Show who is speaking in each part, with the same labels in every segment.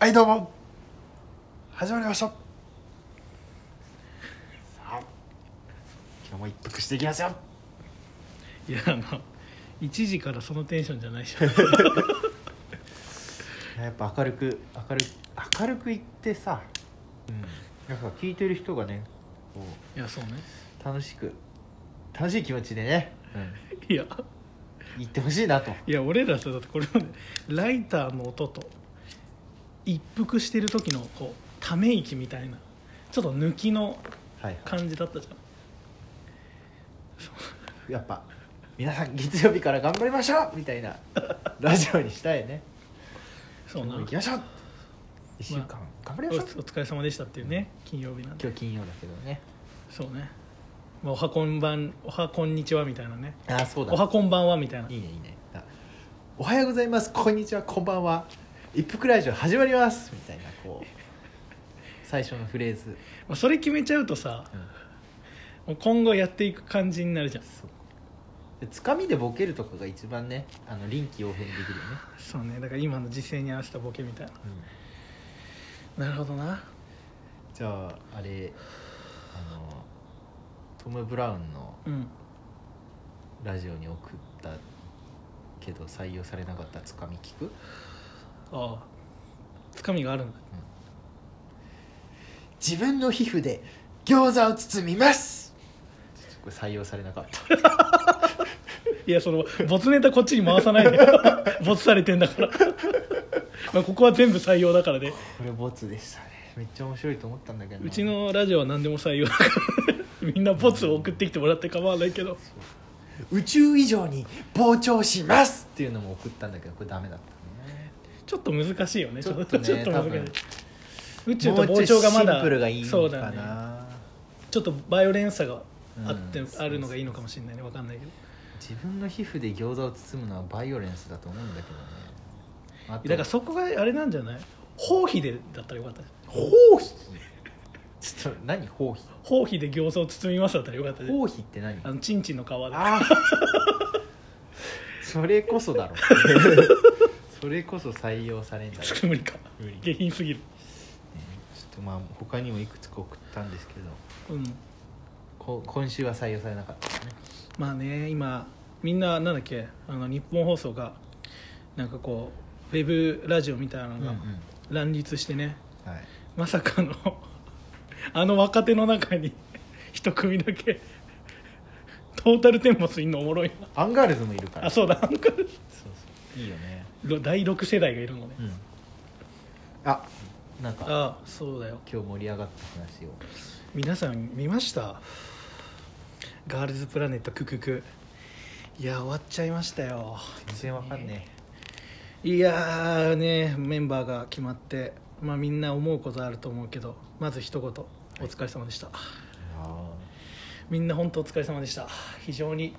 Speaker 1: はいどうも始まりましたさあ今日も一服していきますよ
Speaker 2: いやあの1時からそのテンションじゃないで しょ
Speaker 1: やっぱ明るく明るく明るくいってさ、うん、なんか聞いてる人がねこ
Speaker 2: いやそうね
Speaker 1: う楽しく楽しい気持ちでね、
Speaker 2: いや
Speaker 1: うん、行ってほしいなと
Speaker 2: いや俺らさだってこれまでライターの音と一服してる時のこうため息みたいなちょっと抜きの
Speaker 1: はい
Speaker 2: 感じだったじゃん
Speaker 1: やっぱ皆さん月曜日から頑張りましょうみたいなラジオにしたいね
Speaker 2: そうな
Speaker 1: 行
Speaker 2: お
Speaker 1: きましょう1週間、
Speaker 2: ま
Speaker 1: 頑張りましょう
Speaker 2: お疲れ様でしたっていうね金曜日なんで
Speaker 1: 今日金曜だけどね
Speaker 2: そうね、まあ、おはこんばんおはこんにちはみたいなね
Speaker 1: あそうだ
Speaker 2: おはこんばんはみたいない
Speaker 1: いねいいねあおはようございますこんにちはこんばんは一服ラジオ始まりますみたいなこう最初のフレーズ、
Speaker 2: まあそれ決めちゃうとさ
Speaker 1: うん
Speaker 2: もう今後やっていく感じになるじゃん
Speaker 1: そうでつかみでボケるとかが一番ねあの臨機応変できるよね、
Speaker 2: そうねだから今の時勢に合わせたボケみたいななるほどな
Speaker 1: じゃああれあのトム・ブラウンの
Speaker 2: うん
Speaker 1: ラジオに送ったけど採用されなかったつかみ聞く
Speaker 2: ああつかみがあるんだ
Speaker 1: 自分の皮膚で餃子を包みますこれ採用されなかった
Speaker 2: いやその没ネタこっちに回さないで 没されてんだからまあここは全部採用だからね
Speaker 1: これボツでしたねめっちゃ面白いと思ったんだけどな
Speaker 2: うちのラジオは何でも採用だからみんな没を送ってきてもらって構わないけど
Speaker 1: 宇宙以上に膨張しますっていうのも送ったんだけどこれダメだったね
Speaker 2: ちょっと難しいよね
Speaker 1: ちょっとね
Speaker 2: ちょっと
Speaker 1: 多
Speaker 2: 難し
Speaker 1: 分
Speaker 2: い宇宙と膨張がま
Speaker 1: もうちょいシン
Speaker 2: だ
Speaker 1: プルがいい
Speaker 2: そ
Speaker 1: の
Speaker 2: うだ
Speaker 1: か
Speaker 2: ね
Speaker 1: な、
Speaker 2: ちょっとバイオレンスさがあって、
Speaker 1: うん
Speaker 2: あるのがいいのかもしれないねわかんないけど
Speaker 1: 自分の皮膚で餃子を包むのはバイオレンスだと思うんだけどねあと
Speaker 2: だからそこがあれなんじゃない包皮でだったらよかったじゃん
Speaker 1: 包皮ちょっと何包皮
Speaker 2: 包皮で餃子を包みますだったらよかったじゃん
Speaker 1: 包皮って何
Speaker 2: あのチンチンの皮で
Speaker 1: ああ それこそだろそれこそ採用されんだろ
Speaker 2: つく無理か
Speaker 1: 無理
Speaker 2: 下品すぎる
Speaker 1: ねちょっとまあ他にもいくつか送ったんですけど
Speaker 2: うん
Speaker 1: こ今週は採用されなかったですね
Speaker 2: まあね今みんななんだっけあの日本放送がなんかこうウェブラジオみたいなのが乱立してね、
Speaker 1: はい、
Speaker 2: まさかの あの若手の中に一組だけトータルテンボスいんのおもろいな
Speaker 1: アンガールズもいるから
Speaker 2: あそうだなん か
Speaker 1: そうそういいよね
Speaker 2: 第6世代がいるのね、
Speaker 1: うんあなんか
Speaker 2: ああそうだよ
Speaker 1: 今日盛り上がった話を
Speaker 2: 皆さん見ましたガールズプラネットクククいや終わっちゃいましたよ
Speaker 1: 全然わかんね
Speaker 2: いやーねメンバーが決まって、まあ、みんな思うことあると思うけどまず一言お疲れ様でした、
Speaker 1: えあ
Speaker 2: みんな本当お疲れ様でした非常に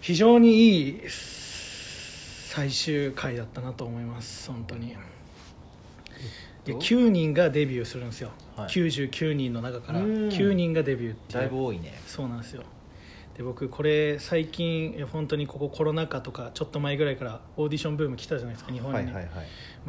Speaker 2: 非常にいい最終回だったなと思います本当にで9人がデビューするんですよ、
Speaker 1: はい
Speaker 2: 99人の中から
Speaker 1: うん
Speaker 2: 9人がデビューっていう
Speaker 1: だいぶ多いね
Speaker 2: そうなんですよで僕これ最近いや本当にここコロナ禍とかちょっと前ぐらいからオーディションブーム来たじゃないですか日本に、
Speaker 1: はいはいはい
Speaker 2: ま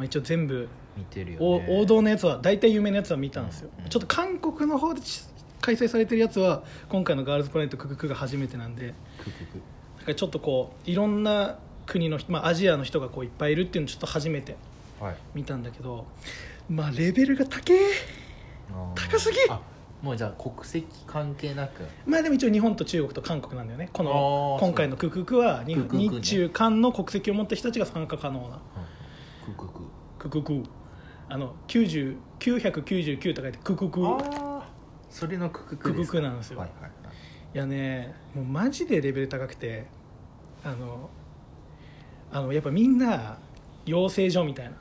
Speaker 2: あ、一応全部、
Speaker 1: 見てるよ
Speaker 2: お
Speaker 1: ね
Speaker 2: 王道のやつは大体有名なやつは見たんですよ、
Speaker 1: うんうん
Speaker 2: ちょっと韓国の方でし開催されてるやつは今回の「ガールズプラネットククク」が初めてなんで
Speaker 1: ククク
Speaker 2: なんかちょっとこういろんな国の人、まあ、アジアの人がこういっぱいいるっていうのちょっと初めて
Speaker 1: はい
Speaker 2: 見たんだけどまあレベルが高え
Speaker 1: あー
Speaker 2: 高すぎ
Speaker 1: あもうじゃあ国籍関係なく
Speaker 2: まあでも一応日本と中国と韓国なんだよねこの
Speaker 1: あー
Speaker 2: 今回の「ククク」は日
Speaker 1: クククね
Speaker 2: 日中韓の国籍を持った人たちが参加可能な
Speaker 1: ククク
Speaker 2: 「ククク」あの90 999と書いて「ククク」
Speaker 1: ああそれのクククですか
Speaker 2: クククなんですよ
Speaker 1: はいはいはい
Speaker 2: いやねもうマジでレベル高くてあのあのやっぱみんな養成所みたいな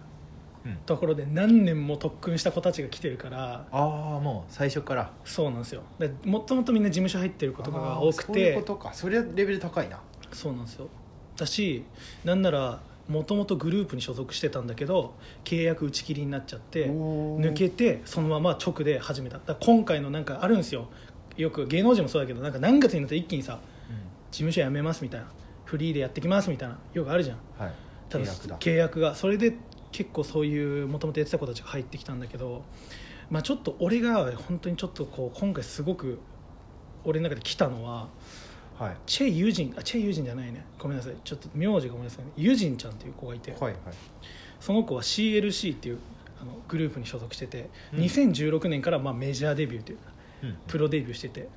Speaker 1: うん
Speaker 2: ところで何年も特訓した子たちが来てるから
Speaker 1: ああもう最初から
Speaker 2: そうなんですよでもともとみんな事務所入ってる子とかが多く
Speaker 1: あーそういう
Speaker 2: て
Speaker 1: ことかそれはレベル高いな
Speaker 2: そうなんですよだしなんならもともとグループに所属してたんだけど契約打ち切りになっちゃって抜
Speaker 1: 抜
Speaker 2: けてそのまま直で始めただから今回のなんかあるんですよよく芸能人もそうだけどなんか何月になったら一気にさ事務所辞めますみたいなフリーでやってきますみたいなよくあるじゃん
Speaker 1: はい
Speaker 2: ただ
Speaker 1: 契約だ
Speaker 2: 契約がそれで結構そういうもともとやってた子たちが入ってきたんだけど、まあ、ちょっと俺が本当にちょっとこう今回すごく俺の中で来たのは
Speaker 1: はい
Speaker 2: チェ・ユジンあチェ・ユジンじゃないねごめんなさいちょっと名字ごめんなさいねユジンちゃんっていう子がいて、
Speaker 1: はいはい
Speaker 2: その子は CLC っていうあのグループに所属してて、
Speaker 1: うん
Speaker 2: 2016年からまあメジャーデビューというか
Speaker 1: うん
Speaker 2: プロデビューしてて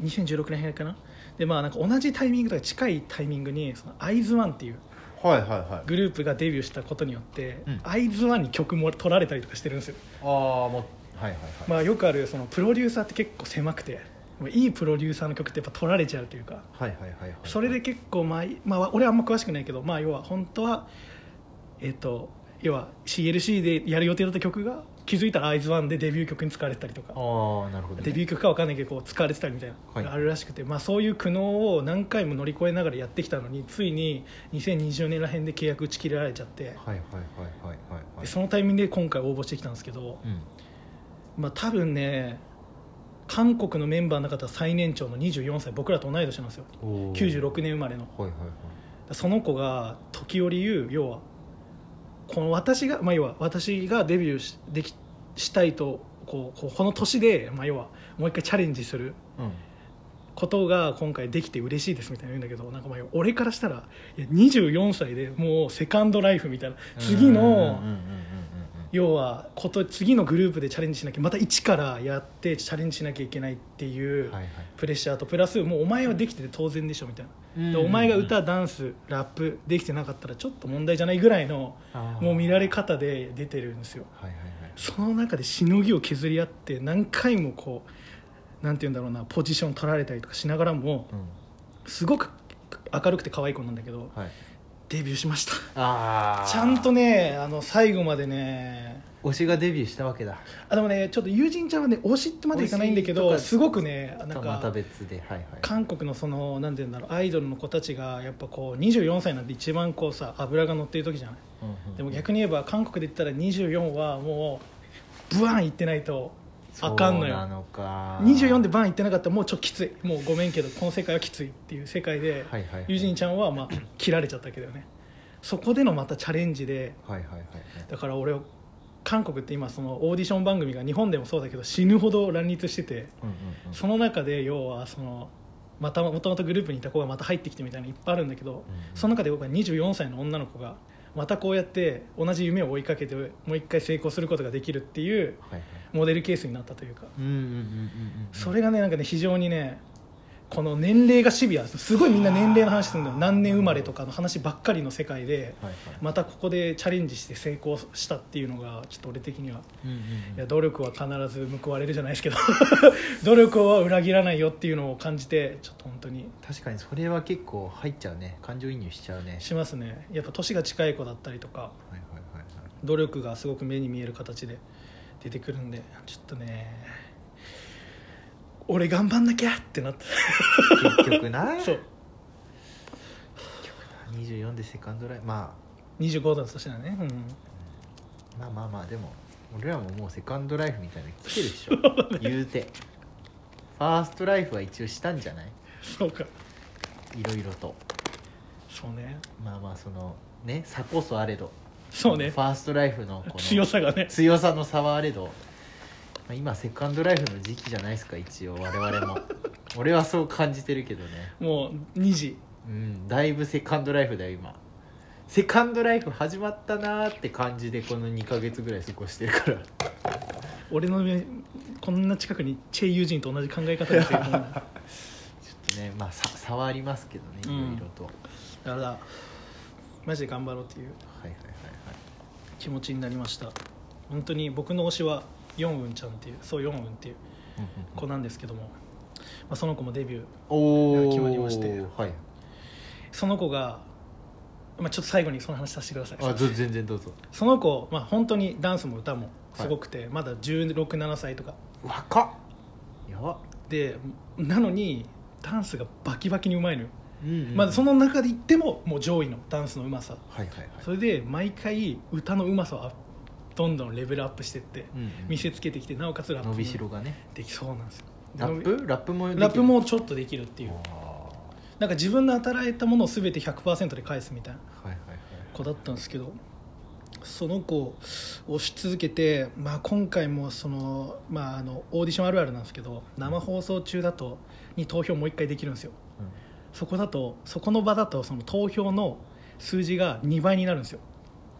Speaker 1: うん
Speaker 2: 2016年ぐらいかなでまあなんか同じタイミングとか近いタイミングにそのアイズワンっていう
Speaker 1: はいはいはい
Speaker 2: グループがデビューしたことによって、
Speaker 1: うん
Speaker 2: アイズワンに曲も取られたりとかしてるんですよ、
Speaker 1: ああもうはいはいはい、
Speaker 2: まあ、よくあるそのプロデューサーって結構狭くてもういいプロデューサーの曲ってやっぱ取られちゃうというか
Speaker 1: はいはいはいはい
Speaker 2: それで結構、まあいまあ、俺はあんま詳しくないけど、まあ、要は本当は、えっと要は CLC でやる予定だった曲が気づいたら IZONE でデビュー曲に使われてたりとか
Speaker 1: ああなるほど、ね、
Speaker 2: デビュー曲かわかんないけどこう使われてたりみたい
Speaker 1: は
Speaker 2: ないのがあるらしくて、まあ、そういう苦悩を何回も乗り越えながらやってきたのについに2020年ら辺で契約打ち切られちゃって、
Speaker 1: はいはいはいはいはいはい
Speaker 2: でそのタイミングで今回応募してきたんですけど、
Speaker 1: うん
Speaker 2: まあ、多分ね韓国のメンバーの方は最年長の24歳僕らと同い年なんですよ
Speaker 1: おー
Speaker 2: 96年生まれの
Speaker 1: はいはいはい
Speaker 2: その子が時折言う要はこの私が、まあ、要は私がデビューしできしたいとこうこうこの年で、まあ、要はもう一回チャレンジする
Speaker 1: うん
Speaker 2: ことが今回できて嬉しいですみたいな言うんだけどなんかまあ要は俺からしたらいや24歳でもうセカンドライフみたいな次の
Speaker 1: うんうんうんうん
Speaker 2: 要はこと次のグループでチャレンジしなきゃまた一からやってチャレンジしなきゃいけないってい
Speaker 1: うんう
Speaker 2: うん
Speaker 1: はいはい
Speaker 2: プレッシャーとプラスもうお前はできてて当然でしょみたいな。
Speaker 1: うんうん
Speaker 2: で
Speaker 1: うん
Speaker 2: お前が歌ダンスラップできてなかったらちょっと問題じゃないぐらいの
Speaker 1: あー
Speaker 2: もう見られ方で出てるんですよ
Speaker 1: はいはいはい
Speaker 2: その中でしのぎを削り合って何回もこうなんて言うんだろうなポジション取られたりとかしながらも
Speaker 1: うん
Speaker 2: すごく明るくて可愛い子なんだけど
Speaker 1: はい
Speaker 2: デビューしました
Speaker 1: ああ
Speaker 2: ちゃんとねあの最後までね
Speaker 1: 推しがデビューしたわけだ
Speaker 2: あでもねちょっと友人ちゃんはね推しってまでいかないんだけ
Speaker 1: 推しと
Speaker 2: ど
Speaker 1: か
Speaker 2: すごくねなん
Speaker 1: とまた
Speaker 2: か
Speaker 1: 別ではいはい
Speaker 2: 韓国のそのなんて言うんだろうアイドルの子たちがやっぱこう24歳なんて一番こうさ脂が乗ってる時じゃない
Speaker 1: うんうんうん
Speaker 2: でも逆に言えば韓国で言ったら24はもうブワンいってないと
Speaker 1: そう
Speaker 2: あかんの
Speaker 1: な
Speaker 2: よ
Speaker 1: のか
Speaker 2: 24でバンいってなかったらもうちょっときついもうごめんけどこの世界はきついっていう世界で、
Speaker 1: はいはいはい
Speaker 2: ユジンちゃんはまあ切られちゃったけどねそこでのまたチャレンジで
Speaker 1: はいはいはいはい
Speaker 2: だから俺を韓国って今そのオーディション番組が日本でもそうだけど死ぬほど乱立してて
Speaker 1: うんうんうん
Speaker 2: その中で要はそのまたもともとグループにいた子がまた入ってきてみたいなのいっぱいあるんだけど、
Speaker 1: うん
Speaker 2: その中で僕は24歳の女の子がまたこうやって同じ夢を追いかけてもう一回成功することができるっていう
Speaker 1: はいはい
Speaker 2: モデルケースになったというか、
Speaker 1: うんうんうんうんうん
Speaker 2: それがねなんかね非常にねこの年齢がシビアすごいみんな年齢の話するんだよ何年生まれとかの話ばっかりの世界で
Speaker 1: はいはい
Speaker 2: またここでチャレンジして成功したっていうのがちょっと俺的には
Speaker 1: うんうんうん
Speaker 2: いや努力は必ず報われるじゃないですけど 努力は裏切らないよっていうのを感じてちょっと本当に
Speaker 1: 確かにそれは結構入っちゃうね感情移入しちゃうね
Speaker 2: しますねやっぱ年が近い子だったりとか
Speaker 1: はいはいはいはい
Speaker 2: 努力がすごく目に見える形で出てくるんでちょっとね俺頑張んなきゃってなっ
Speaker 1: 結局な
Speaker 2: たそう
Speaker 1: 24でセカンドラインま
Speaker 2: 25だとしたらね、うん、
Speaker 1: あまあまあまあでも俺らももうセカンドライフみたいなの来てるで しょ言うてファーストライフは一応したんじゃない
Speaker 2: そうか
Speaker 1: いろいろと
Speaker 2: そうね
Speaker 1: まあまあそのね差こそあれど
Speaker 2: そうね
Speaker 1: ファーストライフのこの
Speaker 2: 強さがね
Speaker 1: 強さの差はあれどまあ今セカンドライフの時期じゃないですか一応我々 も俺はそう感じてるけどね
Speaker 2: もう2時
Speaker 1: うんだいぶセカンドライフだよ今セカンドライフ始まったなーって感じでこの2ヶ月ぐらい過ごしてるから
Speaker 2: 俺の目こんな近くにチェ・ユジンと同じ考え方です よ
Speaker 1: ち
Speaker 2: だ
Speaker 1: ょっとねまあさ差はありますけどねい
Speaker 2: うん
Speaker 1: ろいろと、は
Speaker 2: からマジで頑張ろうっていう
Speaker 1: いはいはいはい
Speaker 2: 気持ちになりました本当に僕の推しはヨンウンちゃんっていうそうヨンウンっていう子なんですけども、まあ、その子もデビュー
Speaker 1: おお
Speaker 2: 決まりまして
Speaker 1: はい
Speaker 2: その子が、まあ、ちょっと最後にその話させてください
Speaker 1: あず全然どうぞ
Speaker 2: その子、まあ、本当にダンスも歌もすごくて、まだ167歳とか
Speaker 1: 若っやば
Speaker 2: でなのにダンスがバキバキにうまいのよ、
Speaker 1: うんうん
Speaker 2: まあ、その中で言ってももう上位のダンスのうまさ
Speaker 1: はいはいはい
Speaker 2: それで毎回歌のうまさはどんどんレベルアップしてって
Speaker 1: うんうん
Speaker 2: 見せつけてきてなおかつラップ
Speaker 1: 伸
Speaker 2: も
Speaker 1: びしろがね
Speaker 2: できそうなんですよで
Speaker 1: ラップラップもできる
Speaker 2: ラップもちょっとできるっていう
Speaker 1: あ
Speaker 2: なんか自分の与えたものを全て100%で返すみたいな
Speaker 1: ーはいはいはい
Speaker 2: 子だったんですけどその子を推し続けて、まあ、今回もその、まあ、あのオーディションあるあるなんですけど生放送中だとに投票もう一回できるんですよそこだとそこの場だとその投票の数字が2倍になるんですよ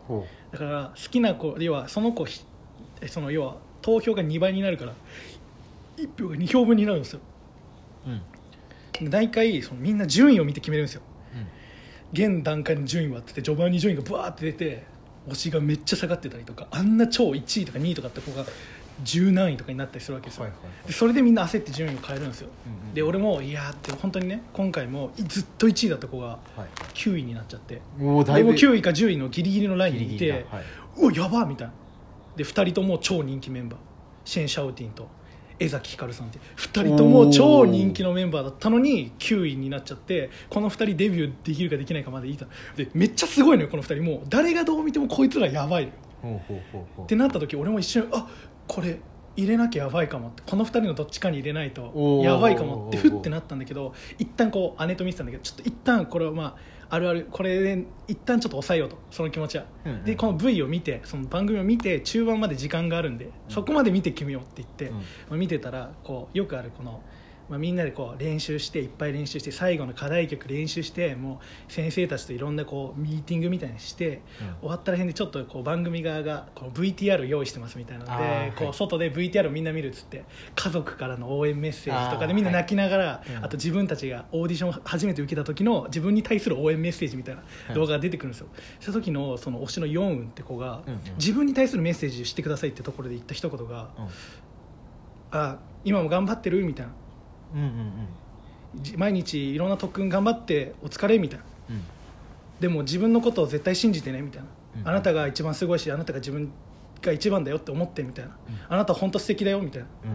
Speaker 1: ほ
Speaker 2: だから好きな子要はその子ひえその要は投票が2倍になるから1票が2票分になるんですよ
Speaker 1: う、うん
Speaker 2: 大体そのみんな順位を見て決めるんですよ現段階の順位はって言って序盤に順位がブワーって出て推しがめっちゃ下がってたりとかあんな超1位とか2位とかって子が10何位とかになったりするわけですよ、
Speaker 1: はいはいはい
Speaker 2: でそれでみんな焦って順位を変えるんですよ、
Speaker 1: うんうん
Speaker 2: で俺もいやーって本当にね今回もずっと1位だった子が
Speaker 1: はい
Speaker 2: 9位になっちゃって
Speaker 1: もうだ
Speaker 2: 俺
Speaker 1: いぶ
Speaker 2: も9位か10位のギリギリのライン
Speaker 1: ギリ
Speaker 2: にい
Speaker 1: ギ
Speaker 2: て
Speaker 1: リだはいう
Speaker 2: わやばみたいなで2人とも超人気メンバーシェン・シャウティンと江崎ひかるさんって2人とも超人気のメンバーだったのに9位になっちゃってこの2人デビューできるかできないかまでいいたでめっちゃすごいのよこの2人もう誰がどう見てもこいつらやばいのよ
Speaker 1: ほうほうほうほう
Speaker 2: ってなった時俺も一瞬あこれ入れなきゃやばいかもってこの2人のどっちかに入れないと
Speaker 1: おー
Speaker 2: やばいかもって
Speaker 1: お
Speaker 2: ふ
Speaker 1: ー
Speaker 2: ってなったんだけど一旦こう姉と見てたんだけどちょっと一旦これはまああるあるこれで一旦ちょっと抑えようとその気持ちは、
Speaker 1: うんうん
Speaker 2: でこの V を見てその番組を見て中盤まで時間があるんでそこまで見て決めようって言って、
Speaker 1: うん
Speaker 2: まあ見てたらこうよくあるこの、まあ、みんなでこう練習していっぱい練習して最後の課題曲練習してもう先生たちといろんなこうミーティングみたいにして終わったら辺でちょっとこう番組側がこう VTR 用意してますみたいなの
Speaker 1: あ
Speaker 2: で、
Speaker 1: ー
Speaker 2: こ
Speaker 1: は
Speaker 2: う
Speaker 1: い
Speaker 2: 外で VTR をみんな見るっつって家族からの応援メッセージとか
Speaker 1: あ
Speaker 2: で
Speaker 1: ー
Speaker 2: みんな泣きながらあ,、
Speaker 1: いうん
Speaker 2: と自分たちがオーディション初めて受けた時の自分に対する応援メッセージみたいな動画が出てくるんですよ、した時のその推しのヨンウンって子が、
Speaker 1: うんうん
Speaker 2: 自分に対するメッセージしてくださいってところで言った一言が
Speaker 1: うん
Speaker 2: 「あ今も頑張ってる?」みたいな
Speaker 1: うんうんうん
Speaker 2: じ「毎日いろんな特訓頑張ってお疲れ」みたいな
Speaker 1: うん
Speaker 2: でも自分のことを絶対信じてねみたいな、
Speaker 1: うん
Speaker 2: あなたが一番すごいしあなたが自分が一番だよって思ってみたいな、あなた本当素敵だよみたいなっ
Speaker 1: うん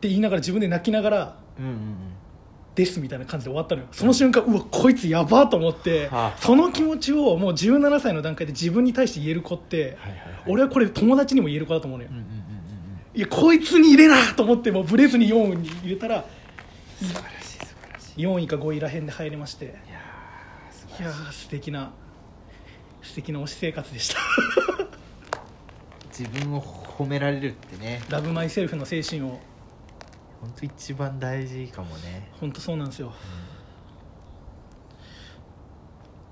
Speaker 2: て言いながら自分で泣きながら
Speaker 1: うんうんうんうん
Speaker 2: ですみたいな感じで終わったのよその瞬間、うわこいつやばと思って、
Speaker 1: はあ
Speaker 2: その気持ちをもう17歳の段階で自分に対して言える子って、
Speaker 1: はいはいはい
Speaker 2: 俺はこれ友達にも言える子だと思うのよ、
Speaker 1: うんうんうん
Speaker 2: いやこいつに入れなと思ってもうブレずに4位に入れたら
Speaker 1: うん素晴らしい素晴らしい
Speaker 2: 4位か5位らへんで入れまして
Speaker 1: いやー素
Speaker 2: い
Speaker 1: 晴
Speaker 2: や
Speaker 1: らしい
Speaker 2: ー素敵な素敵な推し生活でした
Speaker 1: 自分を褒められるってね
Speaker 2: ラブマイセルフの精神を
Speaker 1: 本当一番大事かもね
Speaker 2: 本当そうなんですよ、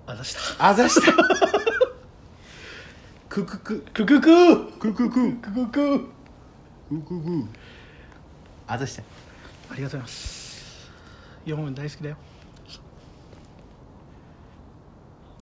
Speaker 2: あざした
Speaker 1: あざ したククク
Speaker 2: クク
Speaker 1: ク
Speaker 2: ク
Speaker 1: クク
Speaker 2: ククク
Speaker 1: クククあざした
Speaker 2: ありがとうございます4分大好きだよ